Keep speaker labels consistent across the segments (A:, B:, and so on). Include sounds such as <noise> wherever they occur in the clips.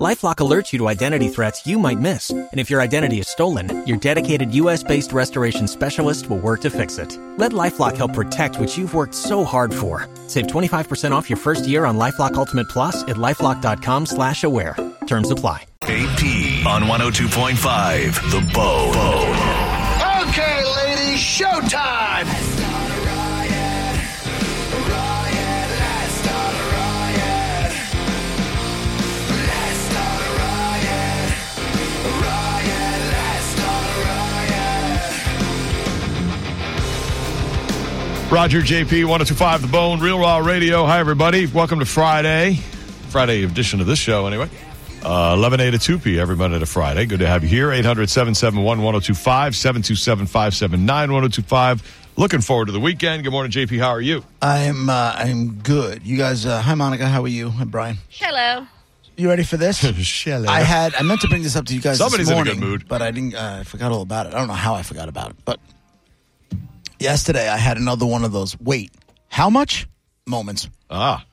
A: LifeLock alerts you to identity threats you might miss, and if your identity is stolen, your dedicated U.S.-based restoration specialist will work to fix it. Let LifeLock help protect what you've worked so hard for. Save 25% off your first year on LifeLock Ultimate Plus at lifeLock.com/slash-aware. Terms apply.
B: AP on 102.5 The Bow.
C: Okay, ladies, showtime!
D: Roger JP 1025 The Bone, Real Raw Radio. Hi, everybody. Welcome to Friday, Friday edition of this show, anyway. Uh, 11 a to 2 p every Monday to Friday. Good to have you here. 800 771 1025 727 579 1025. Looking forward to the weekend. Good morning, JP. How
E: <laughs>
D: are you?
E: I'm uh, I'm good. You guys, uh, hi Monica, how are you? Hi Brian.
F: Hello.
E: You ready for
D: <laughs>
E: this?
D: Shelly.
E: I had I meant to bring this up to you guys. this
D: Somebody's in a good
E: morning,
D: mood.
E: but I didn't. Uh, I forgot all about it. I don't know how I forgot about it, but yesterday I had another one of those. Wait, how much moments?
D: Ah,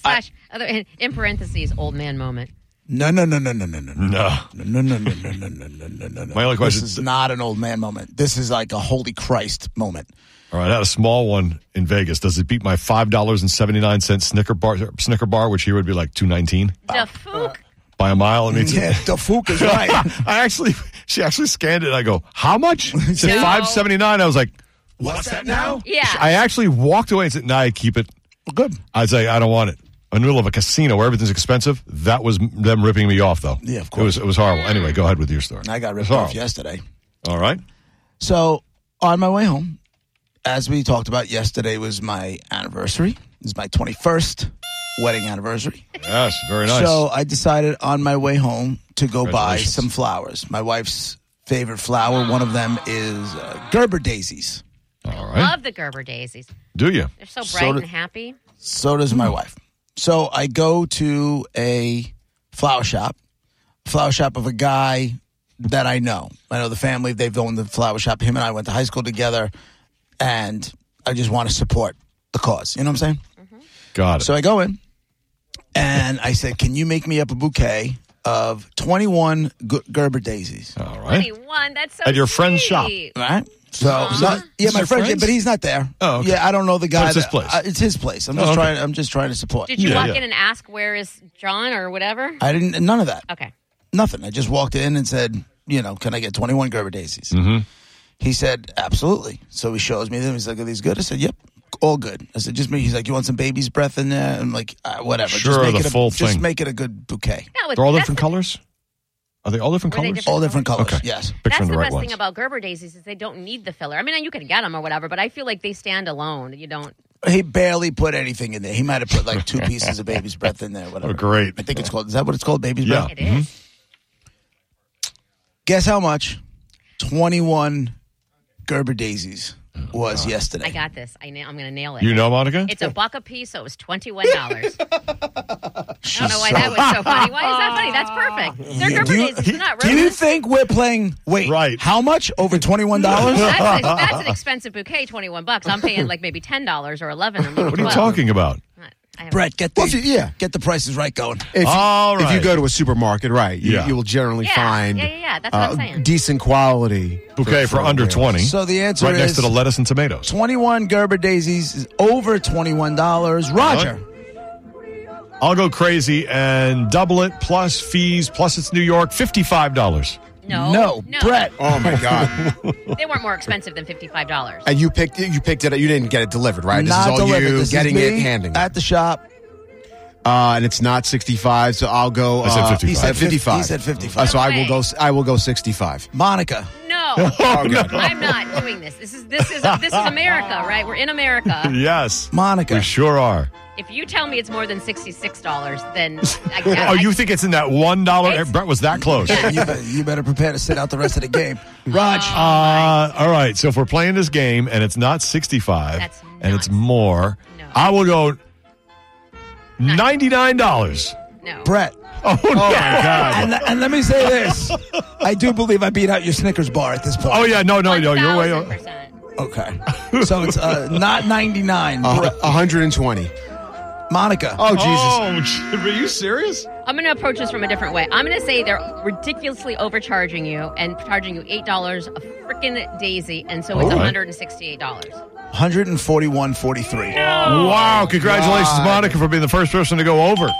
F: Slash other in parentheses, old man moment.
E: No, no, no, no, no, no, no, no,
D: no.
E: no, no, no, no, no, no, no, no, no,
D: <laughs>
E: no.
D: My only question-
E: This is not an old man moment. This is like a holy Christ
D: <laughs>
E: moment.
D: All right, I had a small one in Vegas. Does it beat my $5.79 Snicker bar, Snicker bar, which here would be like 219
F: The fook.
D: by a mile? I mean,
E: <laughs>
D: it's-
E: Yeah, the fook is right.
D: <laughs> I actually, she actually scanned it. And I go, how much? She said
F: <laughs> No.
D: five seventy nine. I was like, what's that now?
F: Yeah.
D: I actually walked away and said, nah, I keep it.
E: Good.
D: I was like, I don't want it. In the middle of a casino where everything's expensive. That was m- them ripping me off, though.
E: Yeah, of
D: It was,
E: course.
D: it was horrible. Anyway, go ahead with your story.
E: I got
D: It was
E: ripped off
D: horrible.
E: yesterday.
D: All right.
E: So on my way home, as we talked about yesterday, was my anniversary. It's my twenty first wedding anniversary.
D: Yes, very nice.
E: So I decided on my way home to go buy
D: Congratulations.
E: some flowers. My wife's favorite flower. One of them is uh, Gerber daisies.
D: All right.
F: Love the Gerber daisies.
D: Eh? Do you?
F: They're so bright
E: do-
F: and happy.
E: So does
D: Hmm.
E: my wife. So I go to a flower shop, flower shop of a guy that I know. I know the family. They've owned the flower shop. Him and I went to high school together, and I just want to support the cause. You know what I'm saying?
D: Got it.
E: So I go in and I said, Can you make me up a bouquet of 21 G- Gerber daisies?
D: All right.
F: Twenty-one. That's so.
D: eh? At your friend's
F: sweet.
D: shop.
E: Right? So, so- yeah,
D: Is
E: my
D: your
E: friend, yeah,
D: friends?
E: but he's not there.
D: Oh, okay.
E: yeah, I don't know the guy.
D: it's his
E: that-
D: place. Oh,
E: I- it's his place. I'm just
D: okay.
E: trying. I'm just trying to support.
F: Did you
D: Yeah,
F: walk
D: yeah.
F: in and ask where is John or whatever?
E: I didn't. None of that.
F: Okay.
E: Nothing. I just walked in and said, you know, can I get 21 Gerber daisies? Mm-hmm. He said, absolutely. So he shows me them. He's like, are these good? I said, yep, all good. I said, just me. He's like, you want some baby's breath in there? I'm like, uh, whatever.
D: Sure,
E: just make
D: the
E: it a,
D: full
E: Just
D: thing.
E: make it a good bouquet.
F: No, it's-
D: They're all
F: that's
D: different
F: the-
D: colors? Are they all different
F: Were they
D: colors?
F: different?
E: All different colors.
D: Okay.
E: Yes.
F: That's
D: Picturing
F: the,
D: the right
F: best
D: ones.
F: thing about Gerber daisies is they don't need the filler. I mean, you can get them or whatever, but I feel like they stand alone. You don't.
E: He barely put anything in there. He might have put like two pieces of baby's breath in there,
D: <laughs>
E: whatever.
D: Oh, great.
E: I think it's called. Is that what it's called? Baby's
D: Yeah.
E: breath?
F: It is.
E: Guess how much? 21 Gerber daisies was yesterday.
F: I got this. I na- I'm going to nail it.
D: you know, Monica?
F: It's a buck a piece, so it was twenty-one
D: <laughs>
F: dollars. I
E: She's
F: don't know why
E: so-
F: that was so funny. Why is that funny? That's perfect. They're Gerber
E: do you,
F: daisies. They're not
E: do you
F: roses.
E: think we're playing? Wait,
D: Right.
E: How much over twenty one dollars?
F: <laughs> That's,
D: <laughs>
F: an- that's an expensive bouquet, twenty one bucks. I'm paying like maybe ten dollars or eleven. Or maybe
D: what are you
F: 12.
D: talking about?
F: I haven't-
E: Brett, get the
G: Well, if you- yeah.
E: get the prices right going.
G: If,
D: All
G: if
D: right.
G: you go to a supermarket, right, you,
D: Yeah.
G: you will generally
F: Yeah,
G: find uh,
F: yeah, yeah, yeah, that's
D: uh,
F: what I'm saying.
G: decent quality
D: Bouquet for under 20.
E: So the answer
D: right
E: is
D: next to the lettuce and tomatoes.
E: twenty one Gerber daisies is over twenty one dollars. Roger,
D: I'll go crazy and double it plus fees plus it's New York $55.
F: No,
E: no, Brett,
G: Oh <laughs> my god!
F: They weren't more expensive than fifty five dollars.
G: and you picked it. You picked it. up. You didn't get it delivered, right?
E: not
G: this is all
E: delivered.
G: you
E: This is
G: getting it,
E: me
G: handing it.
E: at the shop.
G: uh, and it's not sixty-five. So I'll go.
D: I said
G: uh,
D: 55. He said
G: at fifty-five.
E: he said 55.
G: Uh, so I will
F: No
G: go.
F: way.
G: s- I will go sixty-five.
E: Monica,
F: No,
D: <laughs> Oh, no.
F: I'm not doing this. This is this is this is America, right? We're
D: <laughs>
F: in America.
D: Yes.
E: Monica,
D: We sure are.
F: If you tell me it's more than sixty six dollars,
D: <laughs>
F: then I, I,
D: Oh, you think it's in that $1?
F: It's-
D: Brett was that close.
E: you, better, you better prepare to sit out the rest of the game. Raj,
D: Uh, all right. So if we're playing this game and it's not 65
F: That's
D: and it's
F: nuts.
D: more,
F: No.
D: I will go $99.
F: no.
E: Brett,
D: Oh, no.
E: And, and let me say this: I do believe I beat out your Snickers bar at this point.
D: Oh, yeah. No, no, no. You're way off.
F: 1000%.
E: Okay. So it's uh, not 99.
G: Uh,
E: Bre-
G: 120.
E: Monica.
G: Oh, Jesus.
D: Oh, are you serious?
F: I'm going to approach this from a different way. I'm going to say they're ridiculously overcharging you and charging you eight dollars a freaking daisy, and so it's
D: All right.
F: 168 dollars.
E: 141.43.
D: wow. Congratulations, Monica, for being the first person to go over.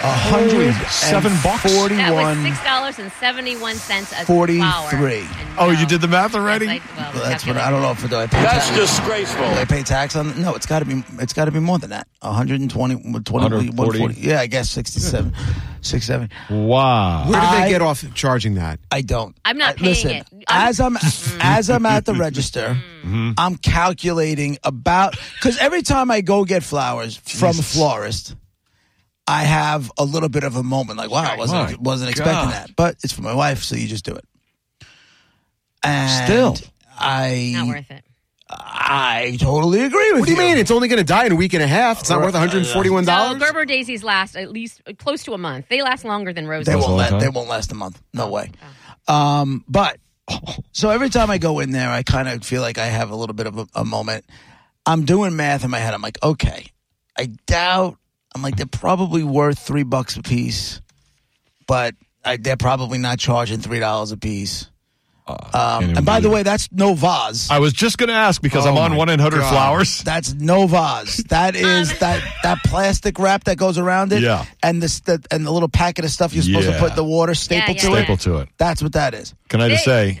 D: Seven bucks?
F: That was
E: 41.
F: six dollars and seventy one cents a
E: 43.
F: flower. And
D: Oh, you
F: no,
D: did the math already?
F: yes, I- well,
E: Well, that's what
F: calculated.
E: I don't know if do I pay tax.
C: disgraceful.
E: Do I pay tax on no, it's got to be it's got to be more than that. 120 120 140. Yeah, I guess 67 67.
D: Wow.
G: Where did
E: I-
G: they get off charging that?
E: I don't.
F: I'm not
E: I-
F: paying
E: listen,
F: it. I'm-
E: As
F: <laughs>
E: I'm as I'm at the register,
G: Mm-hmm.
E: I'm calculating about because every time I go get flowers from a florist, I have a little bit of a moment like, wow, I wasn't
D: My
E: wasn't expecting
D: God.
E: that, but it's for my wife, so you just do it. And
G: Still.
E: I
F: Not worth it.
E: I totally agree with
G: What do you mean? It's only going to die in a week and a half. It's not worth $141?
F: No, Gerber daisies last at least uh, close to a month. They last longer than roses.
E: They won't
D: all the
E: let,
D: time?
E: they won't last a month. No way.
F: Oh.
E: Um, but <laughs> so every time I go in there, I kind of feel like I have a little bit of a, a moment. I'm doing math in my head. I'm like, okay, I doubt. I'm like, they're probably worth three bucks a piece, but I, they're probably not charging three dollars a piece.
D: Uh,
E: Um, and by the way, that's no vase.
D: I was just going to ask because I'm
G: Oh
D: on
G: my
D: 1 800
G: God.
D: Flowers.
E: That's no vase.
F: <laughs>
E: That is that that plastic wrap that goes around it.
D: Yeah.
E: And this the, and the little packet of stuff you're supposed
D: Yeah.
E: to put the water staple
F: yeah,
E: to
F: yeah.
E: it.
D: Staple to it.
E: That's what that is.
D: Can I just
F: They-
D: say,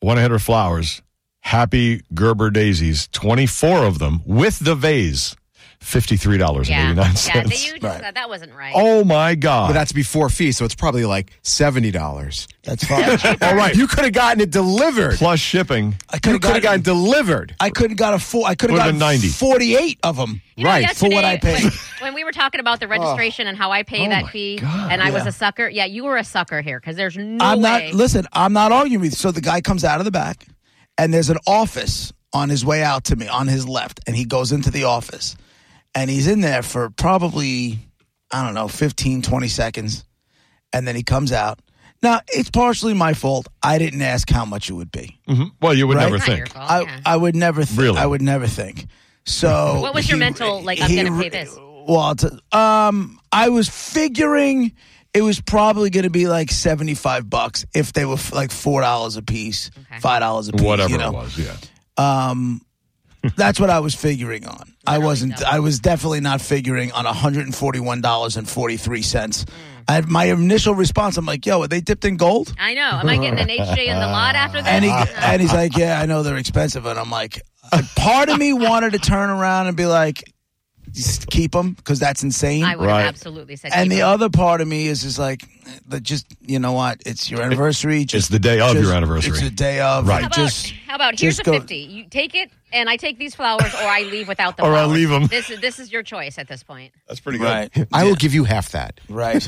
D: 1 800 Flowers, happy Gerber daisies, 24 of them with the vase, $53.89.
F: yeah, yeah.
D: <laughs>
F: They, you just,
E: Right.
F: uh, that wasn't right.
D: oh, my God.
G: But that's before fee, so it's probably like $70.
E: That's fine.
G: All right. You could have gotten it delivered.
D: plus shipping.
E: I could
G: You
E: have
G: could have
E: gotten,
G: gotten delivered.
E: I could have got a four. I could have
D: Would've
E: gotten
D: been 90.
E: 48 of them.
F: You know,
G: Right,
E: for what I
F: yesterday,
E: paid.
F: When, when we were talking about the registration and how I pay that fee, and I was a sucker. Yeah, you were a sucker here because there's no
E: I'm
F: way.
E: not. Listen, I'm not arguing with you. So the guy comes out of the back, and there's an office on his way out to me on his left, and he goes into the office, and he's in there for probably I don't know 15, 20 seconds, and then he comes out. Now it's partially my fault. I didn't ask how much it would be.
D: Hmm? Well, you would
E: Right?
D: never
F: Not your
D: think.
F: fault,
E: I
F: Oh, yeah.
E: I would never think.
D: Really?
E: I would never think. So
F: What was your
E: he-
F: mental, like, I'm
E: he
F: gonna pay
E: re-
F: this?
E: Well, it's, um, I was figuring it was probably going to be like seventy five bucks if they were f- like four dollars a piece, five dollars a piece,
D: Whatever
E: you know?
D: it was, yeah.
E: That's what I was figuring on. I wasn't. I was definitely not figuring on one hundred and forty one dollars and forty three
F: Mm.
E: cents. I had my initial response. I'm like, yo, are they dipped in gold?
F: I know. Am I getting an HJ in the lot after that?
E: And he
D: <laughs>
E: and he's like, yeah, I know they're expensive, and I'm like, part of me wanted to turn around and be like, just keep them because that's insane.
F: I would
D: Right.
F: have absolutely said.
E: and
F: keep
E: the
F: it.
E: other part of me is just like, the, just you know what? It's your anniversary. Just,
D: the day of
E: just-
D: your anniversary.
E: It's the day of.
D: Right.
F: How about,
E: Just
F: how about here's
E: just
F: a
E: go-
F: fifty? You take it, and I take these flowers, or I leave without
D: <laughs>
F: the
D: Or I
F: flowers.
D: leave 'em.
F: This is this is your choice at this point.
D: That's pretty
E: right,
G: I will give you half that.
E: right.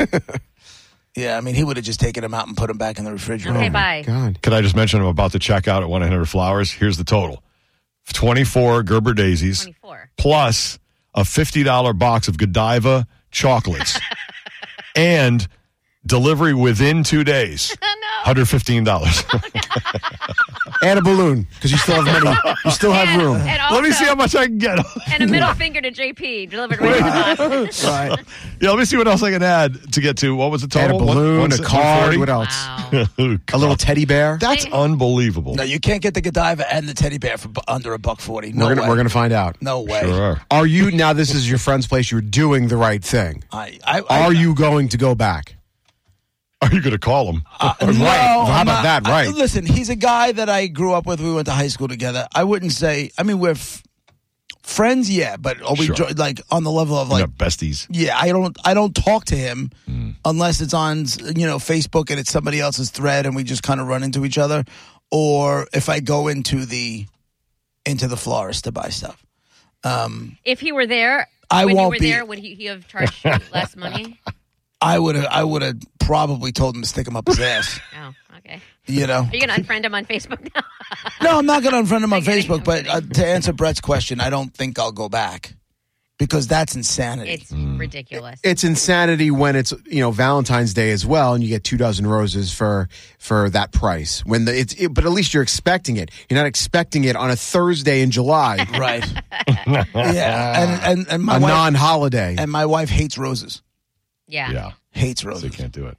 E: <laughs> yeah, I mean, he would have just taken them out and put them back in the
D: Oh
E: refrigerator.
F: Okay, bye.
G: God.
D: Could I just mention I'm about to check out at 1 800 Flowers? Here's the total 24 Gerber daisies
F: Twenty four.
D: plus a $50 box of Godiva chocolates and delivery within two days. $115.
G: And a balloon, because you still have money. You still have
F: And,
G: room.
F: and
D: <laughs>
F: also,
D: Let me see how much I can get. <laughs>
F: And a middle finger to JP delivered right to the box.
E: Right.
D: yeah, let me see what else I can add to get to. What was the
G: Add a
D: total? One-
G: balloon,
D: one-
G: a card,
D: 140? <laughs>
G: what else?
F: Wow.
G: A little teddy bear.
D: That's unbelievable.
E: No, you can't get the Godiva and the teddy bear for bu- under a buck forty. No
G: we're gonna
E: way.
G: we're gonna find out.
E: No way.
D: Sure are.
G: Are you now? This is your friend's place. You're doing the right thing.
E: I, I, I,
G: Are you going to go back?
D: Are you going to call them?
E: Uh,
G: <laughs>
D: <laughs>
E: No,
G: Well, how
E: I'm
G: about
E: not-
G: that, right?
E: I- listen, he's a guy that I grew up with. We went to high school together. I wouldn't say. I mean, we're f- friends, yeah, but are we
D: Sure.
E: jo- like on the level of
D: Yeah,
E: like?
D: besties.
E: Yeah, I don't. I don't talk to him
G: Hmm.
E: unless it's on you know Facebook and it's somebody else's thread, and we just kind of run into each other, or if I go into the into the florist to buy stuff.
F: If he were there,
E: I
F: when you
E: won't
F: were
E: be-
F: there, would he, he
D: <laughs>
F: have charged you less money?
E: I would have. I would have probably told him to stick him up his ass.
F: Oh, okay.
E: You know.
F: Are you gonna unfriend him on Facebook now? <laughs>
E: No, I'm not going to unfriend him on
F: kidding,
E: Facebook.
F: I'm
E: But
F: kidding.
E: uh, to answer Brett's question, I don't think I'll go back because that's insanity.
F: It's
D: Mm.
F: ridiculous.
G: It's insanity when it's you know Valentine's Day as well, and you get two dozen roses for for that price. When the it's it, but at least you're expecting it. You're not expecting it on a Thursday in July,
E: right. yeah. And and, and my
G: a
E: wife
G: non-holiday.
E: and my wife hates roses.
F: yeah.
D: Yeah.
E: Hates
D: So you
E: roses.
D: can't do it.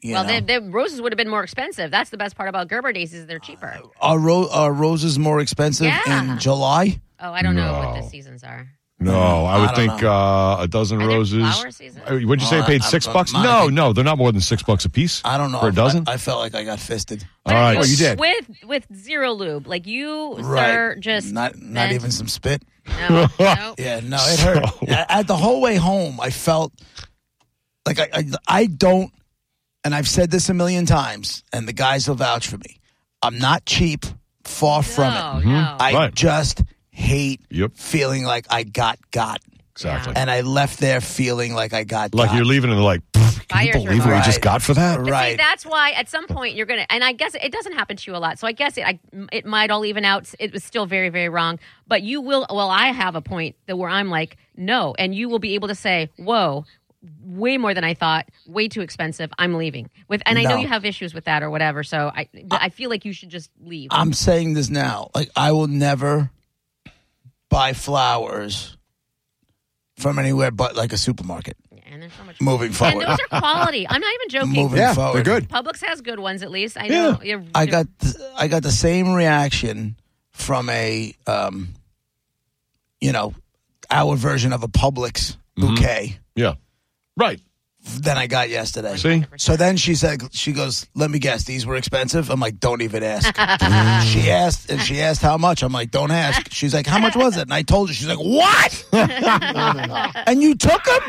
E: you
F: Well,
E: know?
F: the, the roses would have been more expensive. That's the best part about Gerber daisies; is they're cheaper.
D: Uh,
E: are, ro- are roses more expensive
F: Yeah.
E: in July?
F: Oh, I don't know what
D: No.
F: the seasons are.
D: No, I would
E: Mm. I don't
D: think
E: know.
D: uh, a dozen
F: Are there
D: roses.
F: flower season?
D: Uh, What'd you say?
E: Oh,
D: paid
E: I-
D: six
E: I-
D: bucks?
E: I
D: No,
E: think-
D: no, they're not more than six bucks a piece.
E: I don't know.
D: for a dozen.
E: I, I felt like I got fisted.
F: But
D: All right.
F: if
D: Oh, you
G: did.
F: With with zero lube, like you, sir, just
E: not not
F: meant-
E: even some spit. <laughs>
F: No, no.
E: Yeah, no, it hurt. I, I- the whole way home, I felt like I, I I don't, and I've said this a million times, and the guys will vouch for me. I'm not cheap, far from it.
F: No, no.
E: I
D: Mm-hmm. Right.
E: just hate
D: Yep.
E: feeling like I got got,
D: exactly.
E: and I left there feeling like I got
D: Like
E: got.
D: you're leaving and like, "Pff, can you
F: Buyer's
D: believe what we
E: remorse.
D: just got for that?
F: But
E: right.
F: See, that's why at some point you're gonna, and I guess it doesn't happen to you a lot. So I guess it, I, it might all even out. It was still very, very wrong. But you will. Well, I have a point that where I'm like, no, and you will be able to say, whoa, way more than I thought, way too expensive. I'm leaving. With, and I know
E: No.
F: you have issues with that or whatever. So I, but I feel like you should just leave.
E: I'm saying this now. Like I will never buy flowers from anywhere but like a supermarket.
F: and there's so much.
E: Moving
F: And
E: forward,
F: those
E: <laughs>
F: are quality. I'm not even joking.
E: moving
G: yeah,
E: forward,
G: they're good.
F: Publix has good ones at least. I know. You're-
E: I got th- I got the same reaction from a um, you know our version of a Publix
D: Mm-hmm.
E: bouquet
D: Yeah. Right.
E: than I got yesterday.
D: See?
E: So then she said she goes, "Let me guess, these were expensive." I'm like, "Don't even ask." she asked and she asked how much. I'm like, "Don't ask." She's like, "How much was it?" And I told her. She's like,
D: <laughs>
E: "What?" and you took them?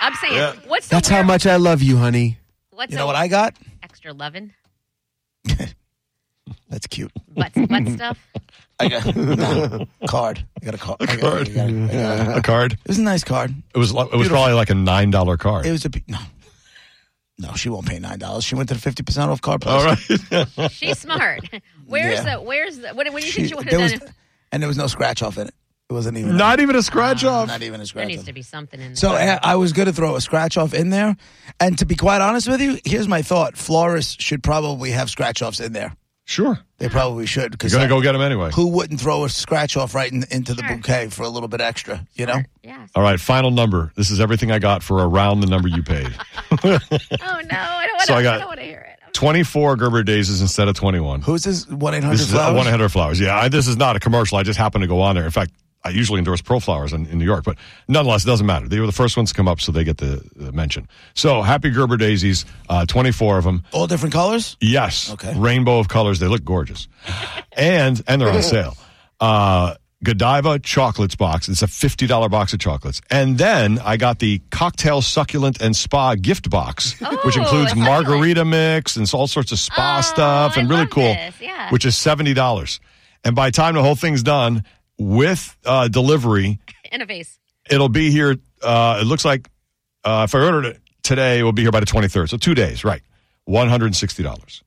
F: I'm saying,
D: Yeah.
F: what's the
G: That's how
F: weird-
G: much I love you, honey.
F: What's
E: You know
F: the
E: what I got?
F: extra loving
E: That's cute.
F: butt
E: <laughs>
F: butt stuff?
E: I got <laughs> no, card. I got a card. I got- I
D: card.
E: got a- I got a-
D: A card.
E: It was a nice card.
D: It was. like- It was probably like a nine dollar card.
E: It was a pe- no. No, she won't pay nine dollars. She went to the fifty percent off card price.
D: All right.
E: <laughs>
F: She's smart. Where's
E: Yeah.
F: the where's the what, what do you
E: She-
F: think she would
E: there
F: have
E: was,
F: done? if-
E: and there was no scratch off in it. It wasn't even
D: Not even a scratch off.
E: Uh, not even a
F: There
E: scratch
F: needs
E: off.
F: to be something in there.
E: So I, I was going to throw a scratch off in there, and to be quite honest with you, here's my thought: florists should probably have scratch offs in there.
D: Sure.
E: They probably should
D: You're
E: because
D: gonna go get them anyway.
E: who wouldn't throw a scratch off right in, into the
F: Sure.
E: bouquet for a little bit extra? You know,
F: yeah.
E: Oh.
D: All right. Final number. This is everything I got for around the number
E: <laughs>
D: you paid.
F: Oh no, I don't want to.
D: So I
F: I,
D: got-
F: don't want to hear it. I'm-
D: Twenty four Gerber daisies instead of twenty one.
E: who's this one eight hundred
D: This is uh, one
E: flowers?
D: ahead of flowers. Yeah, I, this is not a commercial. I just happened to go on there. In fact, I usually endorse Pro Flowers in, in New York, but nonetheless, it doesn't matter. They were the first ones to come up, so they get the, the mention. So, Happy Gerber daisies, uh, twenty four of them.
E: All different colors.
D: Yes,
E: Okay.
D: rainbow of colors. They look
F: <laughs>
D: gorgeous, and and they're on sale. Uh, Godiva chocolates box. It's a fifty dollar box of chocolates, and then I got the cocktail succulent and spa gift box, which
F: Oh,
D: includes
F: succulent.
D: margarita mix and all sorts of spa
F: Oh,
D: stuff, and
F: I
D: really
F: love
D: cool,
F: this, yeah.
D: which is seventy dollars. And by the time the whole thing's done with uh, delivery,
F: In a vase.
D: it'll be here. Uh, it looks like uh, if I ordered it today, it will be here by the 23rd. So two days, right?
F: <laughs>
D: $160.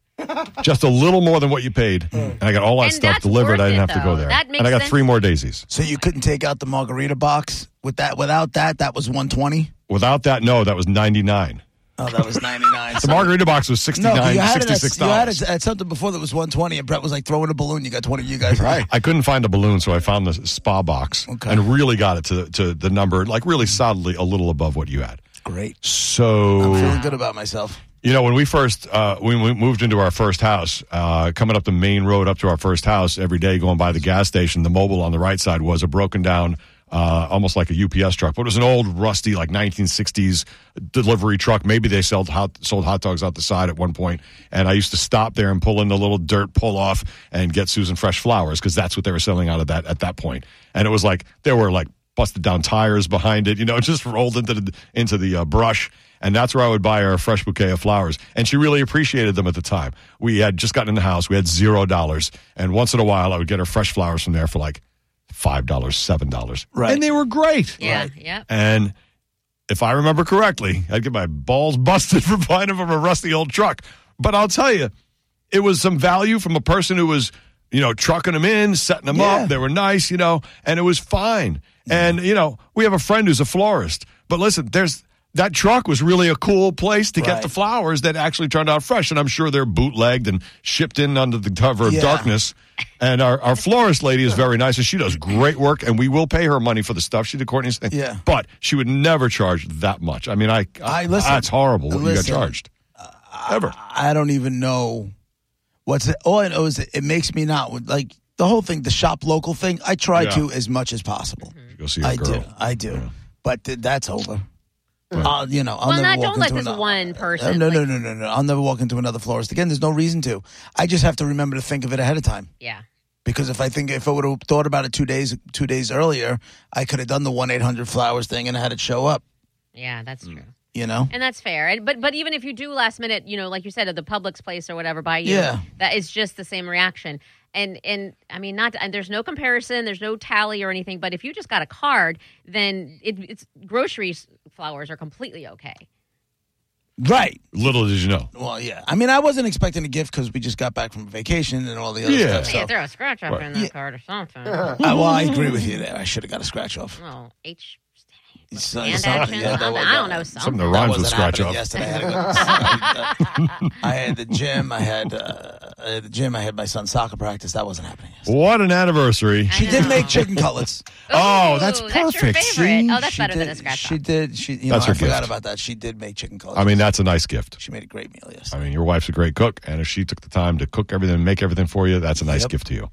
D: Just a little more than what you paid. And I got all that
F: And
D: stuff
F: that's
D: delivered. I
F: worth
D: didn't have
F: it,
D: to go
F: though.
D: there.
F: That
D: and
F: makes
D: I got
F: sense.
D: three more daisies.
E: So you couldn't take out the margarita box with that. Without that, that was one twenty.
D: Without that, no, that was 99
E: Oh, that was ninety nine.
D: The margarita box was
E: <laughs>
D: 69
E: No, you had, it
D: $66.
E: at, you had it at something before that was 120, and Brett was like throwing a balloon. You got 20 of you guys. Right.
D: I couldn't find a balloon, so I found the spa box
E: Okay.
D: and really got it to the, to the number, like really solidly a little above what you had.
E: <laughs> Great.
D: So
E: I'm feeling good about myself.
D: You know, when we first uh, when we moved into our first house, uh, coming up the main road up to our first house every day, going by the gas station, the mobile on the right side was a broken down, uh, almost like a UPS truck, but it was an old, rusty, like 1960s delivery truck. Maybe they sold hot sold hot dogs out the side at one point, and I used to stop there and pull in the little dirt pull off and get Susan fresh flowers because that's what they were selling out of that at that point. And it was like there were like busted down tires behind it. You know, <laughs> it just rolled into the into the uh, brush, and that's where I would buy her a fresh bouquet of flowers. And she really appreciated them at the time. We had just gotten in the house, we had zero dollars, and once in a while, I would get her fresh flowers from there for like five dollars, seven dollars,
E: Right.
D: and they were great.
F: Yeah. Yeah.
D: And if I remember correctly, I'd get my balls busted <laughs> for buying them from a rusty old truck. But I'll tell you, it was some value from a person who was you know, trucking them in, setting them
E: Yeah.
D: up. They were nice, you know, and it was fine. And, you know, we have a friend who's a florist. But listen, there's that truck was really a cool place to get
E: Right.
D: the flowers that actually turned out fresh. And I'm sure they're bootlegged and shipped in under the cover of
E: Yeah.
D: darkness. And our, our florist lady is very nice and she does great work. And we will pay her money for the stuff she did, Courtney's thing.
E: Yeah.
D: But she would never charge that much. I mean, I,
E: I- listen,
D: that's horrible what you got
E: listen, Uh,
D: charged. Ever.
E: I don't even know what's it. All I know is it, it makes me not like the whole thing, the shop local thing. I try
D: Yeah.
E: to as much as possible.
D: Go see a
E: I
D: girl.
E: do, I do, but th- that's over. I'll, you know, I'll
F: Well,
E: never
F: not-
E: walk
F: don't let
E: into
F: this
E: ano- Uh,
F: one person,
E: No, no,
F: like-
E: no, no, no. I'll never walk into another florist again. There's no reason to. I just have to remember to think of it ahead of time.
F: Yeah.
E: because if I think if I would have thought about it two days two days earlier, I could have done the one eight hundred flowers thing and had it show up.
F: Yeah, that's
E: Mm.
F: true.
E: You know,
F: And that's fair. And, but but even if you do last minute, you know, like you said, at the Publix place or whatever by you,
E: Yeah.
F: that is just the same reaction. And and I mean, not and there's no comparison, there's no tally or anything. But if you just got a card, then it, it's groceries, flowers are completely okay.
E: right?
D: Little did you know.
E: Well, yeah. I mean, I wasn't expecting a gift because we just got back from vacation and all the other
D: Yeah.
E: stuff.
F: yeah,
E: So, Uh-huh.
F: throw a scratch off in that card or something. oh,
E: I, well, I agree with you there. I should have got a scratch off.
F: H.
E: It's, uh,
F: Hand
E: something,
F: action.
E: yeah, that
F: something.
E: was-
F: I don't know something.
D: Something that rhymes with
E: wasn't
D: scratch
E: happening
D: off.
E: Yesterday, I had, to
F: <laughs>
E: go- I had the gym. I had uh, I had the gym. I had my son's soccer practice. That wasn't happening. Yesterday.
D: What an anniversary.
E: She did make chicken cutlets.
D: Oh, that's
F: Ooh,
D: perfect.
F: That's your favorite.
D: See?
F: oh, that's better
E: did,
F: than a scratch
E: She
F: off.
E: did. She. You
D: That's
E: know, I
D: her
E: forgot
D: gift.
E: about that. She did make chicken cutlets.
D: I mean, that's a nice gift.
E: she made a great meal yesterday.
D: I mean, your wife's a great cook, and if she took the time to cook everything and make everything for you, that's a nice
E: Yep.
D: gift to you.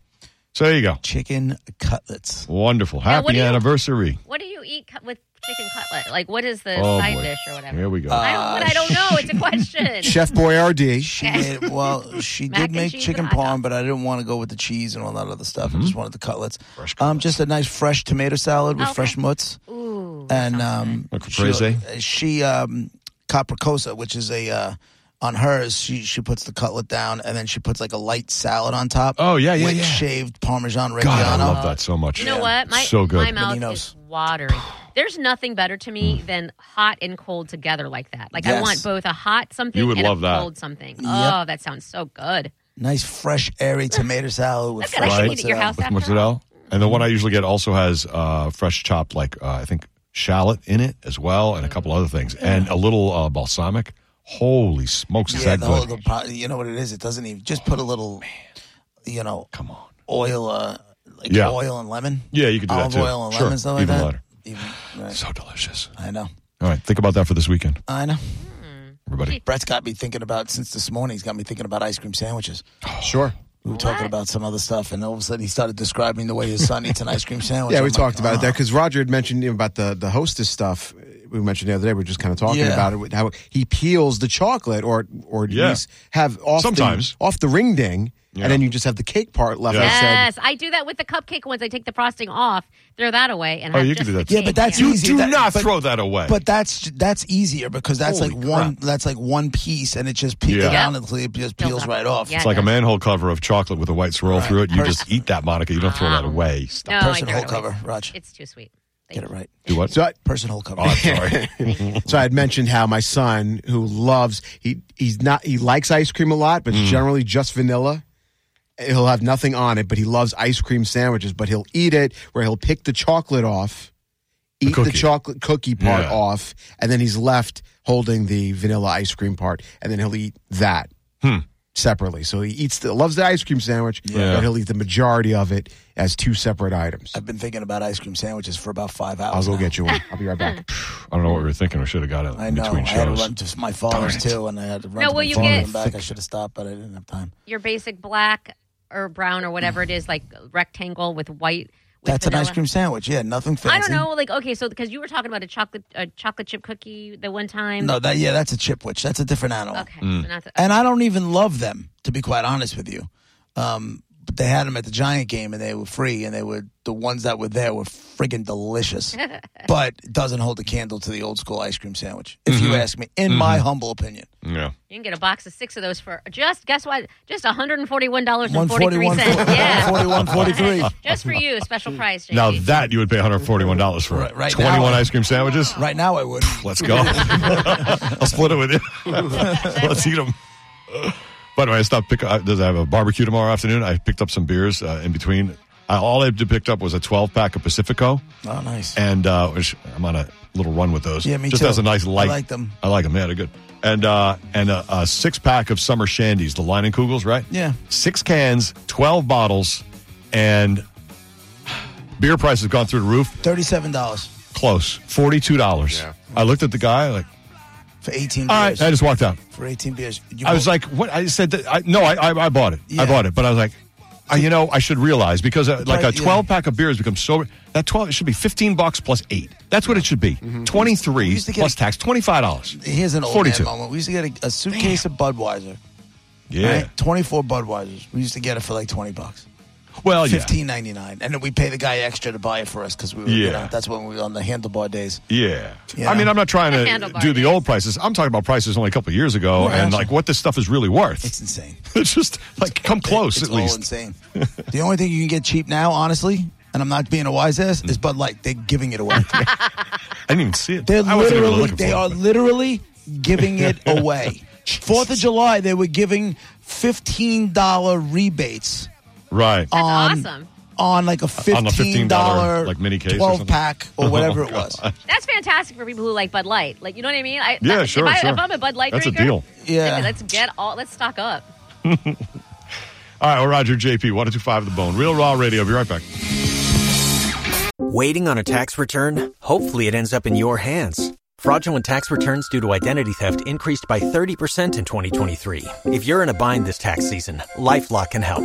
D: So there you go.
E: chicken cutlets.
D: Wonderful.
F: what
D: Happy
F: do you-
D: anniversary.
F: What do you eat cut with chicken cutlet? Like, what is the
D: Oh,
F: side
D: boy.
F: dish or whatever?
D: Here we
E: Uh,
D: go.
F: I don't, but I don't know. It's a
E: <laughs>
F: question.
G: Chef Boyardee.
E: She did well. She
F: <laughs> Mac
E: did
F: and
E: make
F: cheese
E: chicken
F: and hot
E: parm, but I didn't want to go with the cheese and all that other stuff. I just
D: Mm-hmm.
E: wanted the cutlets. Um, just a nice fresh tomato salad with
F: Oh, Okay.
E: fresh mutts
F: Ooh.
E: and um,
D: Like
E: she,
D: caprese?
E: she um, capricosa, which is a uh, on hers. She she puts the cutlet down and then she puts like a light salad on top.
D: Oh, yeah, yeah,
E: with
D: yeah.
E: shaved Parmesan Reggiano.
D: God, I love that so much.
F: You know what? My,
D: so good.
F: my mouth
E: Meninos.
F: is watering. There's nothing better to
D: Mm.
F: me than hot and cold together like that. Like I
E: Yes.
F: want both a hot something
D: You would
F: and
D: love
F: a
D: that.
F: cold something. Oh, that sounds so good.
E: Nice fresh airy tomato salad with
F: That's good. I
E: fresh
F: should
D: Right.
F: eat at your
E: mozzarella.
F: house
D: With
F: after
D: mozzarella. And
E: Mm-hmm.
D: the one I usually get also has uh, fresh chopped, like, uh, I think, shallot in it as well, and a couple other things,
E: Mm-hmm.
D: and a little uh, balsamic. Holy smokes, is
E: Yeah,
D: that
E: the
D: good?
E: whole, the pro- you know what it is. It doesn't even just put a little, you know,
D: Come on.
E: oil, uh, like
D: Yeah.
E: oil and lemon.
D: Yeah, you could do that
E: olive
D: too.
E: oil and
D: Sure,
E: lemon, something
D: even
E: like
D: lighter.
E: that. Even- right.
D: So delicious.
E: I know,
D: All right, think about that for this weekend,
E: I know.
D: everybody.
E: Brett's got me thinking about since this morning. He's got me thinking about ice cream sandwiches.
G: Sure.
E: We were talking about some other stuff, and all of a sudden he started describing the way his son eats an ice
D: <laughs>
E: cream sandwich.
G: Yeah,
E: I'm
G: we
E: like,
G: talked about it
E: "Oh."
G: there because Roger had mentioned you know, about the the hostess stuff. We mentioned the other day. We are just kind of talking
E: Yeah.
G: about it. with How he peels the chocolate, or or at
D: Yeah.
G: least have off
D: Sometimes.
G: the, off the ring ding,
D: Yeah.
G: and then you just have the cake part left.
D: Yeah.
G: that said-
F: Yes, I do that with the cupcake ones. I take the frosting off, throw that away, and
D: Oh,
F: have
D: you can
F: just
D: do
F: the
D: that too.
E: Yeah, but
F: cake,
E: that's
D: You
E: easy.
D: do
E: That-
D: not
E: but-
D: throw that away.
E: "Oh." But that's that's easier because that's
D: Holy
E: like one
D: crap.
E: that's like one piece, and it just peels
D: Yeah.
E: down until it just peels
F: off.
E: right off.
F: Yeah.
D: It's like a manhole cover of chocolate with a white swirl through it. You
E: Pers-
D: just eat that, Monica. You don't throw that away. Stop.
F: No, Oh, I
E: Person
F: throw
E: whole
F: it away.
E: cover, Raj.
F: It's too sweet.
E: Get it right.
D: Do what?
G: So I,
E: Person whole cover.
D: oh, I'm sorry.
G: so I had mentioned how my son, who loves he he's not he likes ice cream a lot, but
D: Mm.
G: it's generally just vanilla. He'll have nothing on it, but he loves ice cream sandwiches. But he'll eat it where he'll pick the chocolate off, eat the,
D: cookie.
G: chocolate cookie part
D: Yeah.
G: off, and then he's left holding the vanilla ice cream part, and then he'll eat that separately. So he eats the loves the ice cream sandwich,
D: Hmm. Yeah.
G: but he'll eat the majority of it as two separate items.
E: I've been thinking about ice cream sandwiches for about five hours.
G: I'll go
E: now.
G: get you one. I'll be right back.
D: I don't know what we were thinking. We should have got it
E: I
D: in
E: know. I
D: between
E: had to
D: shows.
E: run to my father's too, and I had to run
F: No,
E: to my
F: will you
E: father
F: get-
E: and back. I should have stopped, but I didn't have time.
F: Your basic black or brown or whatever it is, like rectangle with white. With
E: That's an
F: vanilla.
E: ice cream sandwich. Yeah, nothing fancy.
F: I don't know, like okay, so because you were talking about a chocolate a chocolate chip cookie the one time.
E: No, that yeah, that's a chipwich. That's a different animal.
F: Okay.
D: Mm.
F: So not the,
E: And I don't even love them, to be quite honest with you. Um, but they had them at the Giant game, and they were free, and they were the ones that were there were friggin' delicious.
F: <laughs>
E: but it doesn't hold a candle to the old school ice cream sandwich, if
G: Mm-hmm.
E: you ask me, in my humble opinion.
D: Yeah.
F: you can get a box of six of those for just guess what? Just one hundred and forty one dollars and forty three
E: 141,
F: cents. Yeah.
E: 141, 43.
F: <laughs> Just for you, a special prize, JD.
D: Now that you would pay $141 for
E: Right- right now,
D: 21
E: I-
D: ice cream sandwiches.
E: Right now, I
D: <laughs>
E: would. <laughs>
D: Let's go. I'll split it with you. Let's eat them. By the way, I stopped pick. I, does I have a barbecue tomorrow afternoon? I picked up some beers uh, in between. I, all I picked up was a 12 pack of Pacifico,
E: Oh, nice.
D: and uh, which I'm on a little run with those.
E: Yeah, me
D: Just
E: too.
D: has a nice
E: I
D: light.
E: like them.
D: I like them. Yeah, they're good. And uh, and a, a six pack of summer shandies, the Line and Kugels, right?
E: Yeah.
D: Six cans, 12 bottles, and <sighs> beer price has gone through the roof.
E: Thirty-seven dollars
D: Close, forty two dollars.
G: Yeah.
D: I looked at the guy like,
E: for eighteen
D: all right,
E: beers.
D: I just walked out.
E: for eighteen beers. You
D: I was
E: bought-
D: like, what? I said, that, I, no, I, I, I bought it.
E: Yeah.
D: I bought it. But I was like, I, you know, I should realize because uh, like a
E: Right, yeah.
D: 12 pack of beer has become so, that 12, it should be 15 bucks plus eight. That's what it should be. 23
E: Mm-hmm. We used to get
D: plus
E: a-
D: tax, $25.
E: here's an old
D: 42.
E: man moment. We used to get a, a suitcase of Budweiser.
D: Yeah.
E: right? Twenty-four Budweisers. We used to get it for like twenty bucks.
D: Well, Oh, yeah.
E: Fifteen ninety nine, and then we pay the guy extra to buy it for us because we were,
D: Yeah.
E: you know, that's when we were on the handlebar days.
D: Yeah.
E: Yeah.
D: I mean, I'm not trying
F: The
D: to
F: handlebar
D: do the
F: days.
D: old prices. I'm talking about prices only a couple of years ago
E: Right.
D: and like what this stuff is really worth.
E: It's
D: <laughs> It's,
E: insane.
D: just like come close
E: it's
D: at
E: all
D: least.
E: insane. the only thing you can get cheap now, honestly, and I'm not being a wise ass, is Bud Light. They're giving it away.
D: <laughs> I didn't even see it.
E: They're
D: I wasn't even
E: literally
D: looking
E: they
D: for
E: are
D: it, but-
E: literally giving
D: <laughs>
E: it away. Fourth of July, they were giving fifteen dollar rebates
D: right.
F: That's
E: on
F: awesome.
E: on like a
D: On the
E: fifteen
D: $15
E: dollar
D: like mini case or
E: twelve
D: something?
E: pack or
D: <laughs> Oh,
E: whatever it was.
D: God.
F: That's fantastic for people who like Bud Light. Like, you know what I mean? I,
D: Yeah,
F: that's-
D: sure,
F: if, I,
D: sure.
F: if I'm a Bud Light
D: That's a
F: drinker,
D: deal.
E: Yeah.
F: let's get all. Let's stock up.
D: All right, well, Roger JP, 1025 The Bone. Real Raw Radio. Be right back.
A: Waiting on a tax return? Hopefully, it ends up in your hands. Fraudulent tax returns due to identity theft increased by 30% in 2023. If you're in a bind this tax season, LifeLock can help.